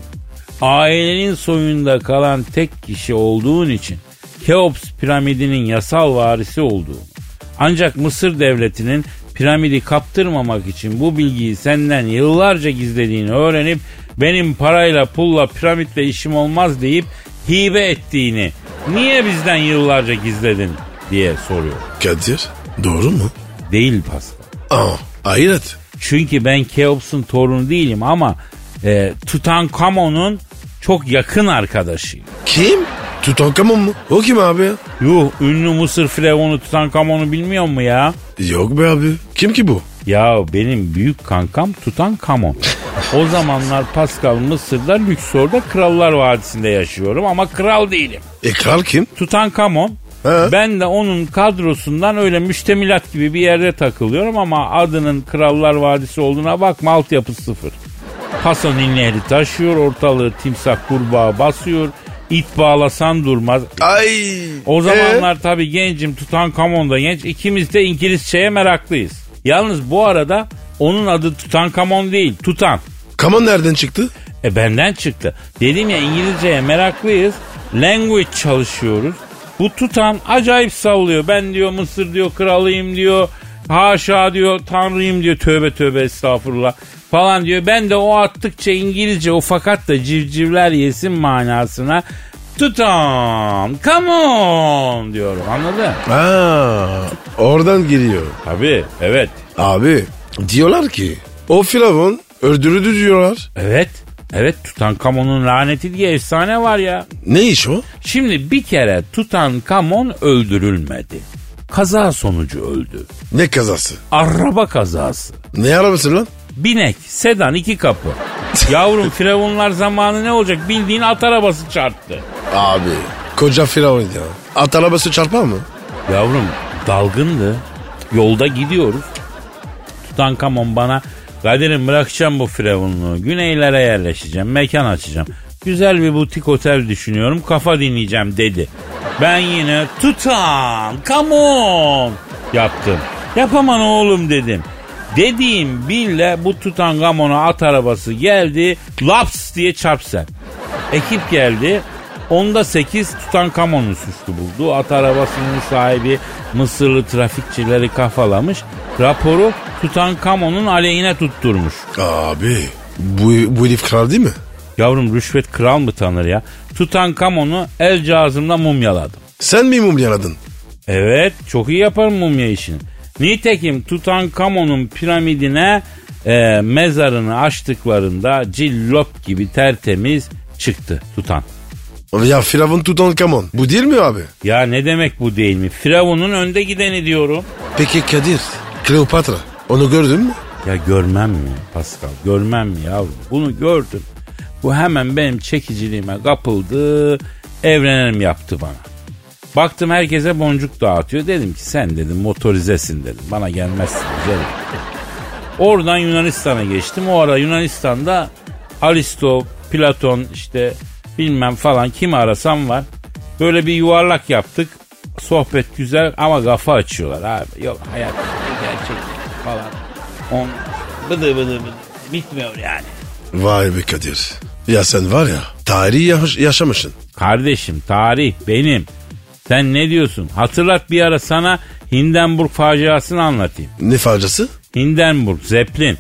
S2: ailenin soyunda kalan tek kişi olduğun için Keops piramidinin yasal varisi olduğun. Ancak Mısır devletinin piramidi kaptırmamak için bu bilgiyi senden yıllarca gizlediğini öğrenip benim parayla pulla piramitle işim olmaz deyip hibe ettiğini niye bizden yıllarca gizledin diye soruyor.
S3: Kadir doğru mu?
S2: Değil Pascal.
S3: Aa hayret.
S2: Çünkü ben Keops'un torunu değilim ama e, Tutankamon'un çok yakın arkadaşıyım.
S3: Kim? Tutankamon mu? O kim abi ya?
S2: Yuh ünlü Mısır Firavunu Tutankamon'u bilmiyor mu ya?
S3: Yok be abi. Kim ki bu?
S2: Ya benim büyük kankam Tutankamon. o zamanlar Pascal Mısır'da Lüksor'da Krallar Vadisi'nde yaşıyorum ama kral değilim.
S3: E kral kim?
S2: Tutankamon.
S3: He.
S2: Ben de onun kadrosundan öyle müştemilat gibi bir yerde takılıyorum ama adının Krallar Vadisi olduğuna bakma altyapısı sıfır. Paso nehri taşıyor, ortalığı timsah kurbağa basıyor, it bağlasan durmaz.
S3: Ay. E?
S2: O zamanlar tabii gencim Tutankamon da genç, ikimiz de İngilizceye meraklıyız. Yalnız bu arada onun adı Tutankamon değil, Tutan.
S3: E, Kamon nereden çıktı?
S2: E benden çıktı. Dedim ya İngilizceye meraklıyız. Language çalışıyoruz. Bu tutan acayip sallıyor. Ben diyor Mısır diyor kralıyım diyor. Haşa diyor tanrıyım diyor. Tövbe tövbe estağfurullah falan diyor. Ben de o attıkça İngilizce o fakat da civcivler yesin manasına tutan come on diyorum anladın?
S3: Ha, oradan giriyor.
S2: Tabii evet
S3: Abi diyorlar ki o firavun öldürüldü diyorlar.
S2: evet evet Tutankamon'un laneti diye efsane var ya.
S3: Ne iş o?
S2: Şimdi bir kere Tutankamon öldürülmedi. Kaza sonucu öldü.
S3: Ne kazası?
S2: Araba kazası.
S3: Ne arabası lan?
S2: Binek, sedan iki kapı. Yavrum firavunlar zamanı ne olacak bildiğin at arabası çarptı.
S3: Abi koca firavun ya. At arabası çarpar mı?
S2: Yavrum dalgındı. Yolda gidiyoruz. Tutankamon bana Kadir'im bırakacağım bu firavunluğu. Güneylere yerleşeceğim. Mekan açacağım. Güzel bir butik otel düşünüyorum. Kafa dinleyeceğim dedi. Ben yine tutan come on yaptım. Yapaman oğlum dedim. Dediğim bile bu Tutankamon'a at arabası geldi. Laps diye çarpsa. Ekip geldi. Onda 8 Tutankamon'u suçlu buldu. At arabasının sahibi Mısırlı trafikçileri kafalamış. Raporu Tutankamon'un aleyhine tutturmuş.
S3: Abi bu, bu herif kral değil mi?
S2: Yavrum rüşvet kral mı tanır ya? Tutankamon'u el cazımla mumyaladım.
S3: Sen mi mum yaladın?
S2: Evet çok iyi yaparım mumya işini. Nitekim Tutankamon'un piramidine e, mezarını açtıklarında cillop gibi tertemiz çıktı Tutan.
S3: Ya firavun Tutankamon. Bu değil mi abi?
S2: Ya ne demek bu değil mi? Firavun'un önde gideni diyorum.
S3: Peki Kadir, Kleopatra onu gördün mü?
S2: Ya görmem mi Pascal? Görmem mi yavrum? Bunu gördüm. Bu hemen benim çekiciliğime kapıldı. Evlenelim yaptı bana. Baktım herkese boncuk dağıtıyor. Dedim ki sen dedim motorizesin dedim. Bana gelmezsin güzelim. Oradan Yunanistan'a geçtim. O ara Yunanistan'da Aristo, Platon işte bilmem falan kimi arasam var. Böyle bir yuvarlak yaptık. Sohbet güzel ama kafa açıyorlar abi. Yok hayat gerçek falan. On bıdı bıdı bıdı bitmiyor yani.
S3: Vay be Kadir. Ya sen var ya tarihi yaş- yaşamışsın.
S2: Kardeşim tarih benim. Sen ne diyorsun? Hatırlat bir ara sana Hindenburg faciasını anlatayım.
S3: Ne faciası?
S2: Hindenburg, Zeppelin.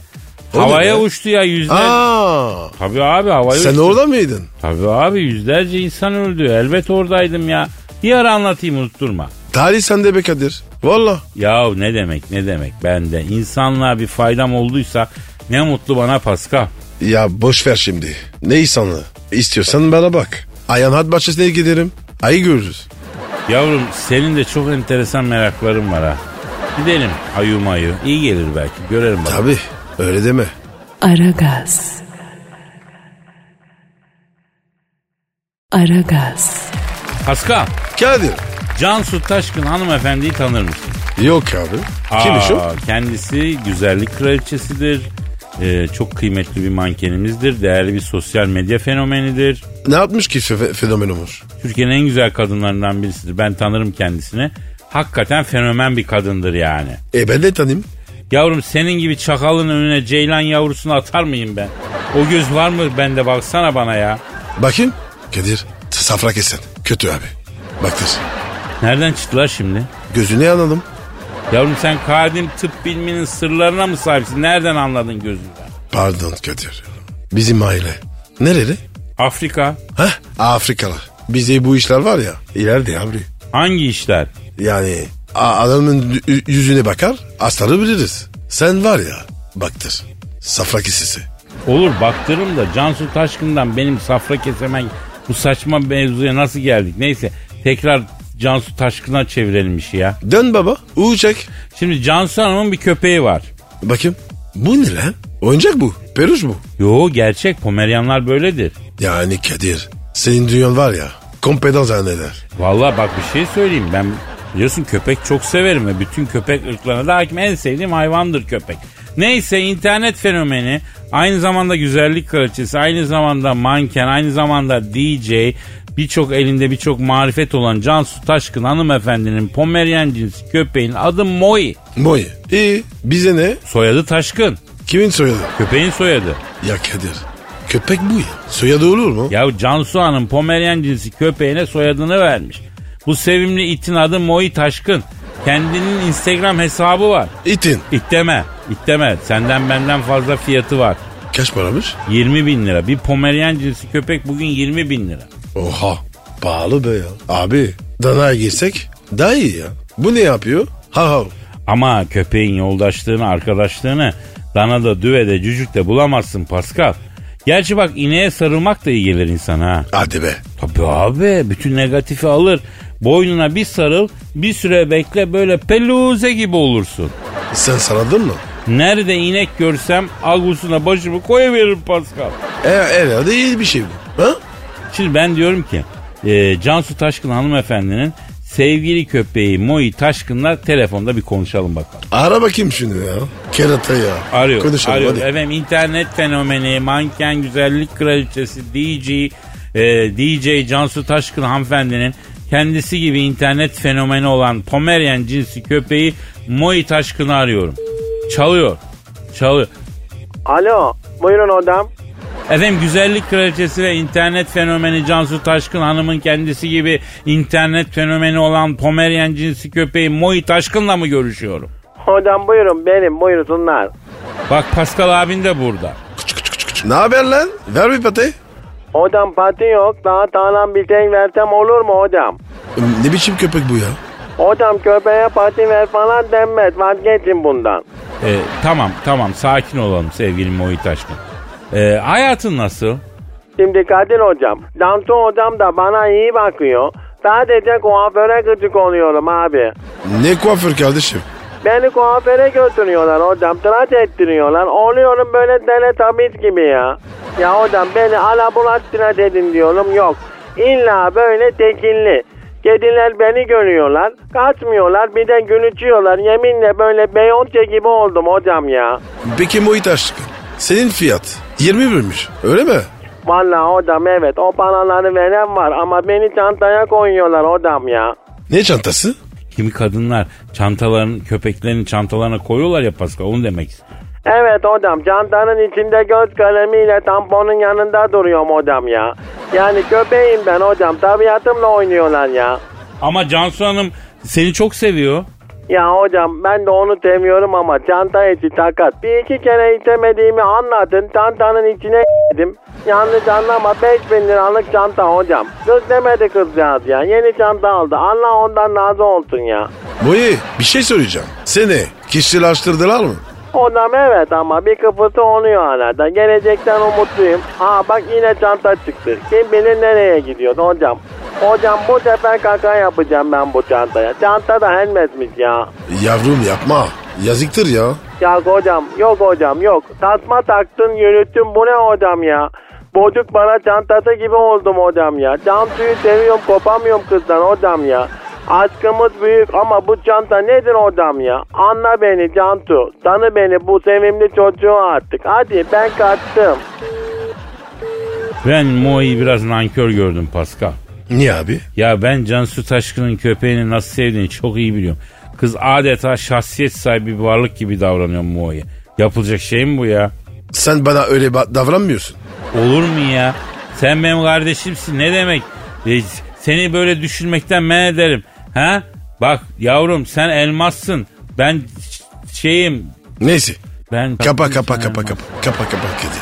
S3: O ne
S2: havaya
S3: be?
S2: uçtu ya yüzlerce.
S3: Aa,
S2: Tabii abi havaya
S3: sen
S2: uçtu.
S3: orada mıydın?
S2: Tabii abi yüzlerce insan öldü. Elbet oradaydım ya. Bir ara anlatayım unutturma.
S3: Tarih sende be Kadir. Valla.
S2: Ya ne demek ne demek ben de insanlığa bir faydam olduysa ne mutlu bana Pascal.
S3: Ya boş ver şimdi. Ne insanlığı? İstiyorsan bana bak. Hayvanat bahçesine giderim. Ayı görürüz.
S2: Yavrum senin de çok enteresan merakların var ha. Gidelim ayu mayu. İyi gelir belki. Görelim bakalım.
S3: Tabii. Öyle deme.
S1: Aragaz. Aragaz.
S2: Pascal,
S3: Kadir.
S2: Cansu Taşkın hanımefendiyi tanır mısın?
S3: Yok abi.
S2: Aa,
S3: Kimmiş o?
S2: Kendisi güzellik kraliçesidir. Ee, çok kıymetli bir mankenimizdir. Değerli bir sosyal medya fenomenidir.
S3: Ne yapmış ki fe- fenomen olmuş?
S2: Türkiye'nin en güzel kadınlarından birisidir. Ben tanırım kendisini. Hakikaten fenomen bir kadındır yani.
S3: E ben de tanıyayım.
S2: Yavrum senin gibi çakalın önüne ceylan yavrusunu atar mıyım ben? O göz var mı bende baksana bana ya.
S3: Bakayım. Kadir. Safra kesen. Kötü abi. Baktır.
S2: Nereden çıktılar şimdi?
S3: Gözünü yanalım.
S2: Yavrum sen kadim tıp biliminin sırlarına mı sahipsin? Nereden anladın gözünden?
S3: Pardon Kadir. Bizim aile. Nereli?
S2: Afrika.
S3: Heh, Afrikalı. Bize bu işler var ya. ileride abi.
S2: Hangi işler?
S3: Yani a- adamın y- yüzüne bakar, asları biliriz. Sen var ya, baktır. Safra kesesi.
S2: Olur baktırım da Cansu Taşkın'dan benim safra kesemen bu saçma mevzuya nasıl geldik? Neyse tekrar Cansu Taşkın'a çevirelim işi ya.
S3: Dön baba, uçak.
S2: Şimdi Cansu Hanım'ın bir köpeği var.
S3: Bakayım. Bu ne lan? Oyuncak bu. Peruş bu.
S2: Yo gerçek Pomeryanlar böyledir.
S3: Yani Kadir, senin dünyan var ya, kompedan zanneder.
S2: Vallahi bak bir şey söyleyeyim ben biliyorsun köpek çok severim ve bütün köpek ırklarına da hakim en sevdiğim hayvandır köpek. Neyse internet fenomeni aynı zamanda güzellik kraliçesi aynı zamanda manken aynı zamanda DJ birçok elinde birçok marifet olan Cansu Taşkın hanımefendinin Pomeryan cinsi köpeğin adı Moi.
S3: Moy. E bize ne?
S2: Soyadı Taşkın.
S3: Kimin soyadı?
S2: Köpeğin soyadı.
S3: Ya Kadir, köpek bu ya. Soyadı olur mu?
S2: Ya Cansu Hanım Pomeryan cinsi köpeğine soyadını vermiş. Bu sevimli itin adı Moi Taşkın. Kendinin Instagram hesabı var.
S3: İtin.
S2: İt deme, it deme. Senden benden fazla fiyatı var.
S3: Kaç paramış?
S2: 20 bin lira. Bir Pomeryan cinsi köpek bugün 20 bin lira.
S3: Oha. Pahalı be ya. Abi, danaya girsek daha iyi ya. Bu ne yapıyor? Ha ha.
S2: Ama köpeğin yoldaşlığını, arkadaşlığını danada, düvede, cücükte bulamazsın Pascal. Gerçi bak ineğe sarılmak da iyi gelir insana ha.
S3: Hadi be.
S2: Tabii abi bütün negatifi alır. Boynuna bir sarıl, bir süre bekle böyle peluze gibi olursun.
S3: Sen sarıldın mı?
S2: Nerede inek görsem agusuna başımı koyuveririm Pascal.
S3: E, herhalde iyi bir şey bu. Ha?
S2: Şimdi ben diyorum ki e, Cansu Taşkın hanımefendinin sevgili köpeği Moi Taşkın'la telefonda bir konuşalım bakalım.
S3: Ara bakayım şimdi ya. Kerata ya.
S2: Arıyor.
S3: Konuşalım
S2: arıyor.
S3: hadi.
S2: Efendim internet fenomeni, manken güzellik kraliçesi, DJ, e, DJ Cansu Taşkın hanımefendinin kendisi gibi internet fenomeni olan Pomeryan cinsi köpeği Moi Taşkın'ı arıyorum. Çalıyor. Çalıyor.
S4: Alo, buyurun odam.
S2: Efendim güzellik kraliçesi ve internet fenomeni Cansu Taşkın Hanım'ın kendisi gibi internet fenomeni olan Pomeryan cinsi köpeği Moi Taşkın'la mı görüşüyorum?
S4: Odam buyurun benim, buyursunlar.
S2: Bak Pascal abin de burada.
S3: Ne haber lan? Ver bir patayı.
S4: Odam pati yok, daha talan bir tek versem olur mu odam?
S3: Oğlum, Ne biçim köpek bu ya?
S4: Odam köpeğe pati ver falan denmez, vazgeçin bundan.
S2: Ee, tamam tamam sakin olalım sevgili Moi Taşkın. Ee, hayatın nasıl?
S4: Şimdi Kadir hocam, Damsu hocam da bana iyi bakıyor. Sadece kuaföre gıcık oluyorum abi.
S3: Ne kuaför kardeşim?
S4: Beni kuaföre götürüyorlar hocam, tıraş ettiriyorlar. Oluyorum böyle teletabiz gibi ya. Ya hocam beni alabulat tıraş edin diyorum, yok. İlla böyle tekinli. Kediler beni görüyorlar, kaçmıyorlar, bir de gülücüyorlar. Yeminle böyle Beyoncé gibi oldum hocam ya.
S3: Peki Muhit Aşkın. Senin fiyat 20 birmiş. Öyle mi?
S4: Vallahi hocam evet, o paraları veren var ama beni çantaya koyuyorlar hocam ya.
S3: Ne çantası?
S2: Kimi kadınlar çantaların köpeklerin çantalarına koyuyorlar ya Pascal onu demek istedim.
S4: Evet hocam çantanın içinde göz kalemiyle tamponun yanında duruyorum hocam ya. Yani köpeğim ben hocam tabiatımla oynuyorlar ya.
S2: Ama Cansu Hanım seni çok seviyor.
S4: Ya hocam ben de onu temiyorum ama çanta içi takat. Bir iki kere itemediğimi anladın. Çantanın içine dedim. Yanlış anlama 5000 liralık çanta hocam. Kız demedi kızcağız ya. Yeni çanta aldı. Allah ondan razı olsun ya.
S3: Boyu bir şey söyleyeceğim. Seni kişilaştırdılar mı?
S4: Odam evet ama bir kıpırtı oluyor hala da. Gelecekten umutluyum. Aa bak yine çanta çıktı. Kim bilir nereye gidiyor hocam. Hocam bu sefer kaka yapacağım ben bu çantaya. Çanta da helmetmiş ya.
S3: Yavrum yapma. Yazıktır ya.
S4: Ya hocam yok hocam yok. Tasma taktın yürüttün bu ne hocam ya. Bocuk bana çantası gibi oldum hocam ya. Çantayı seviyorum kopamıyorum kızdan hocam ya. Aşkımız büyük ama bu çanta nedir hocam ya? Anla beni Cantu. Tanı beni bu sevimli çocuğu artık. Hadi ben kaçtım.
S2: Ben Mo'yu biraz nankör gördüm Pascal.
S3: Niye abi?
S2: Ya ben Cansu Taşkın'ın köpeğini nasıl sevdiğini çok iyi biliyorum. Kız adeta şahsiyet sahibi bir varlık gibi davranıyor Mo'ya. Yapılacak şey mi bu ya?
S3: Sen bana öyle ba- davranmıyorsun.
S2: Olur mu ya? Sen benim kardeşimsin ne demek? E, seni böyle düşünmekten men ederim. Ha? Bak yavrum sen elmassın. Ben ş- şeyim.
S3: Neyse.
S2: Ben
S3: Kapa kapa kapa kapa. Kapa kapa kedi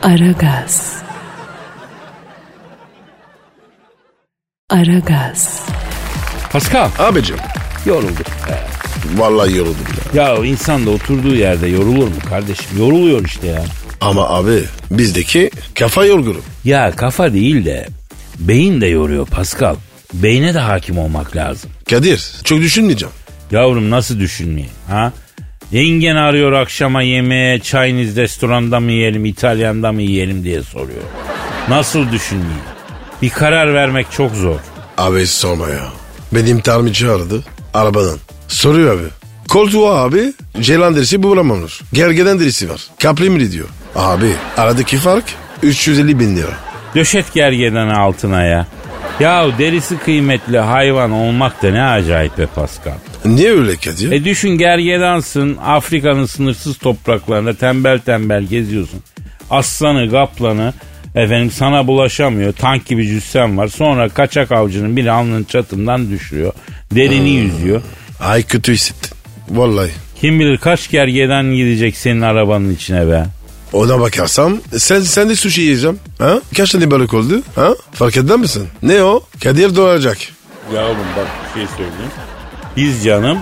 S3: hadi.
S1: Aragaz. Aragaz.
S2: Pascal
S3: Abicim.
S2: yoruldum.
S3: Vallahi yoruldum ya.
S2: Ya insan da oturduğu yerde yorulur mu kardeşim? Yoruluyor işte ya.
S3: Ama abi bizdeki kafa yorgunu.
S2: Ya kafa değil de beyin de yoruyor Pascal. Beyne de hakim olmak lazım.
S3: Kadir çok düşünmeyeceğim.
S2: Yavrum nasıl düşünmeyin ha? Yengen arıyor akşama yemeğe Chinese restoranda mı yiyelim İtalyan'da mı yiyelim diye soruyor. Nasıl düşünmeyin? Bir karar vermek çok zor.
S3: Abi sorma ya. Benim tamirci aradı arabadan. Soruyor abi. Koltuğa abi ceylan derisi bulamamış. Gergeden derisi var. Kaprimli diyor. Abi aradaki fark 350 bin lira.
S2: Döşet gergeden altına ya. Ya derisi kıymetli hayvan olmak da ne acayip be Pascal.
S3: Niye öyle Kadir?
S2: E düşün gergedansın Afrika'nın sınırsız topraklarında tembel tembel geziyorsun. Aslanı kaplanı efendim sana bulaşamıyor. Tank gibi cüssen var. Sonra kaçak avcının biri alnının çatından düşürüyor. Derini yüzüyor.
S3: Ay kötü hissettim. Vallahi.
S2: Kim bilir kaç gergedan gidecek senin arabanın içine be.
S3: Ona bakarsam sen sen de sushi yiyeceğim. Ha? Kaç tane balık oldu? Ha? Fark eder misin? Ne o? Kadir doğacak.
S2: Yavrum bak bir şey söyleyeyim. Biz canım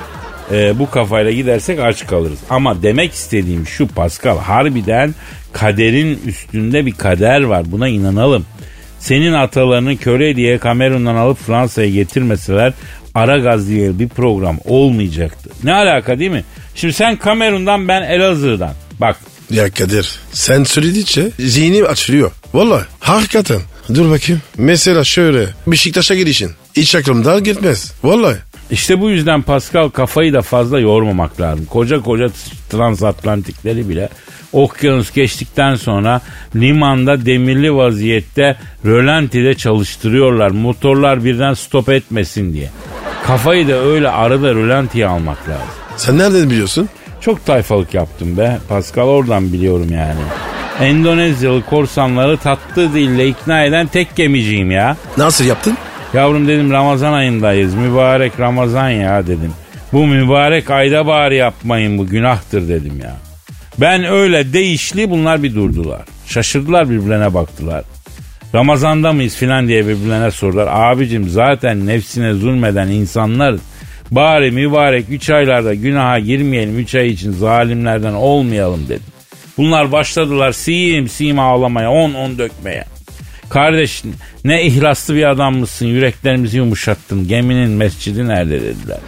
S2: e, bu kafayla gidersek aç kalırız. Ama demek istediğim şu Pascal harbiden kaderin üstünde bir kader var buna inanalım. Senin atalarını köre diye Kamerun'dan alıp Fransa'ya getirmeseler ara gaz diye bir program olmayacaktı. Ne alaka değil mi? Şimdi sen Kamerun'dan ben Elazığ'dan. Bak
S3: Ya Kadir sen söyledikçe zihnim açılıyor. Vallahi hakikaten. Dur bakayım. Mesela şöyle Beşiktaş'a girişin. Hiç aklımda gitmez. Vallahi.
S2: İşte bu yüzden Pascal kafayı da fazla yormamak lazım. Koca koca transatlantikleri bile okyanus geçtikten sonra limanda demirli vaziyette rölantide çalıştırıyorlar. Motorlar birden stop etmesin diye. Kafayı da öyle arada rölantiye almak lazım.
S3: Sen nereden biliyorsun?
S2: Çok tayfalık yaptım be Pascal oradan biliyorum yani. Endonezyalı korsanları tatlı dille ikna eden tek gemiciyim ya.
S3: Nasıl yaptın?
S2: Yavrum dedim Ramazan ayındayız. Mübarek Ramazan ya dedim. Bu mübarek ayda bari yapmayın bu günahtır dedim ya. Ben öyle değişli bunlar bir durdular. Şaşırdılar birbirlerine baktılar. Ramazanda mıyız filan diye birbirlerine sordular. Abicim zaten nefsine zulmeden insanlar bari mübarek 3 aylarda günaha girmeyelim 3 ay için zalimlerden olmayalım dedim. Bunlar başladılar siyim siyim ağlamaya on on dökmeye. Kardeş ne ihlaslı bir adam mısın yüreklerimizi yumuşattın geminin mescidi nerede dediler.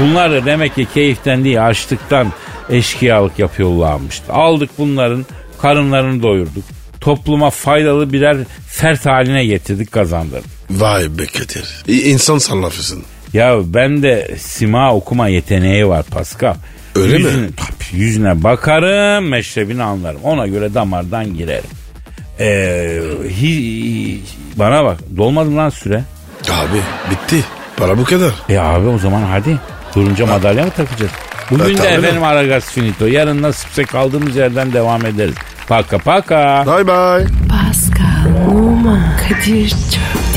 S2: Bunlar da demek ki keyiften değil açlıktan eşkıyalık yapıyorlarmıştı. Aldık bunların karınlarını doyurduk. Topluma faydalı birer fert haline getirdik kazandırdık.
S3: Vay be Kadir. İ- İnsan sarrafısın.
S2: Ya ben de sima okuma yeteneği var Pascal.
S3: Öyle mi?
S2: yüzüne, Tabii, yüzüne bakarım, meşrebini anlarım. Ona göre damardan girerim. Ee, hi- bana bak, dolmadı mı lan süre?
S3: Abi bitti. Para bu kadar.
S2: E abi o zaman hadi. Durunca madalya mı takacağız? Bugün
S3: Ha,
S2: de
S3: tabii.
S2: efendim Aragaz Finito. Yarın nasipse kaldığımız yerden devam ederiz. Paka paka.
S3: Bye bye.
S1: Pascal, Numan, Kadir çok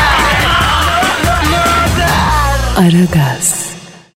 S1: Aragaz.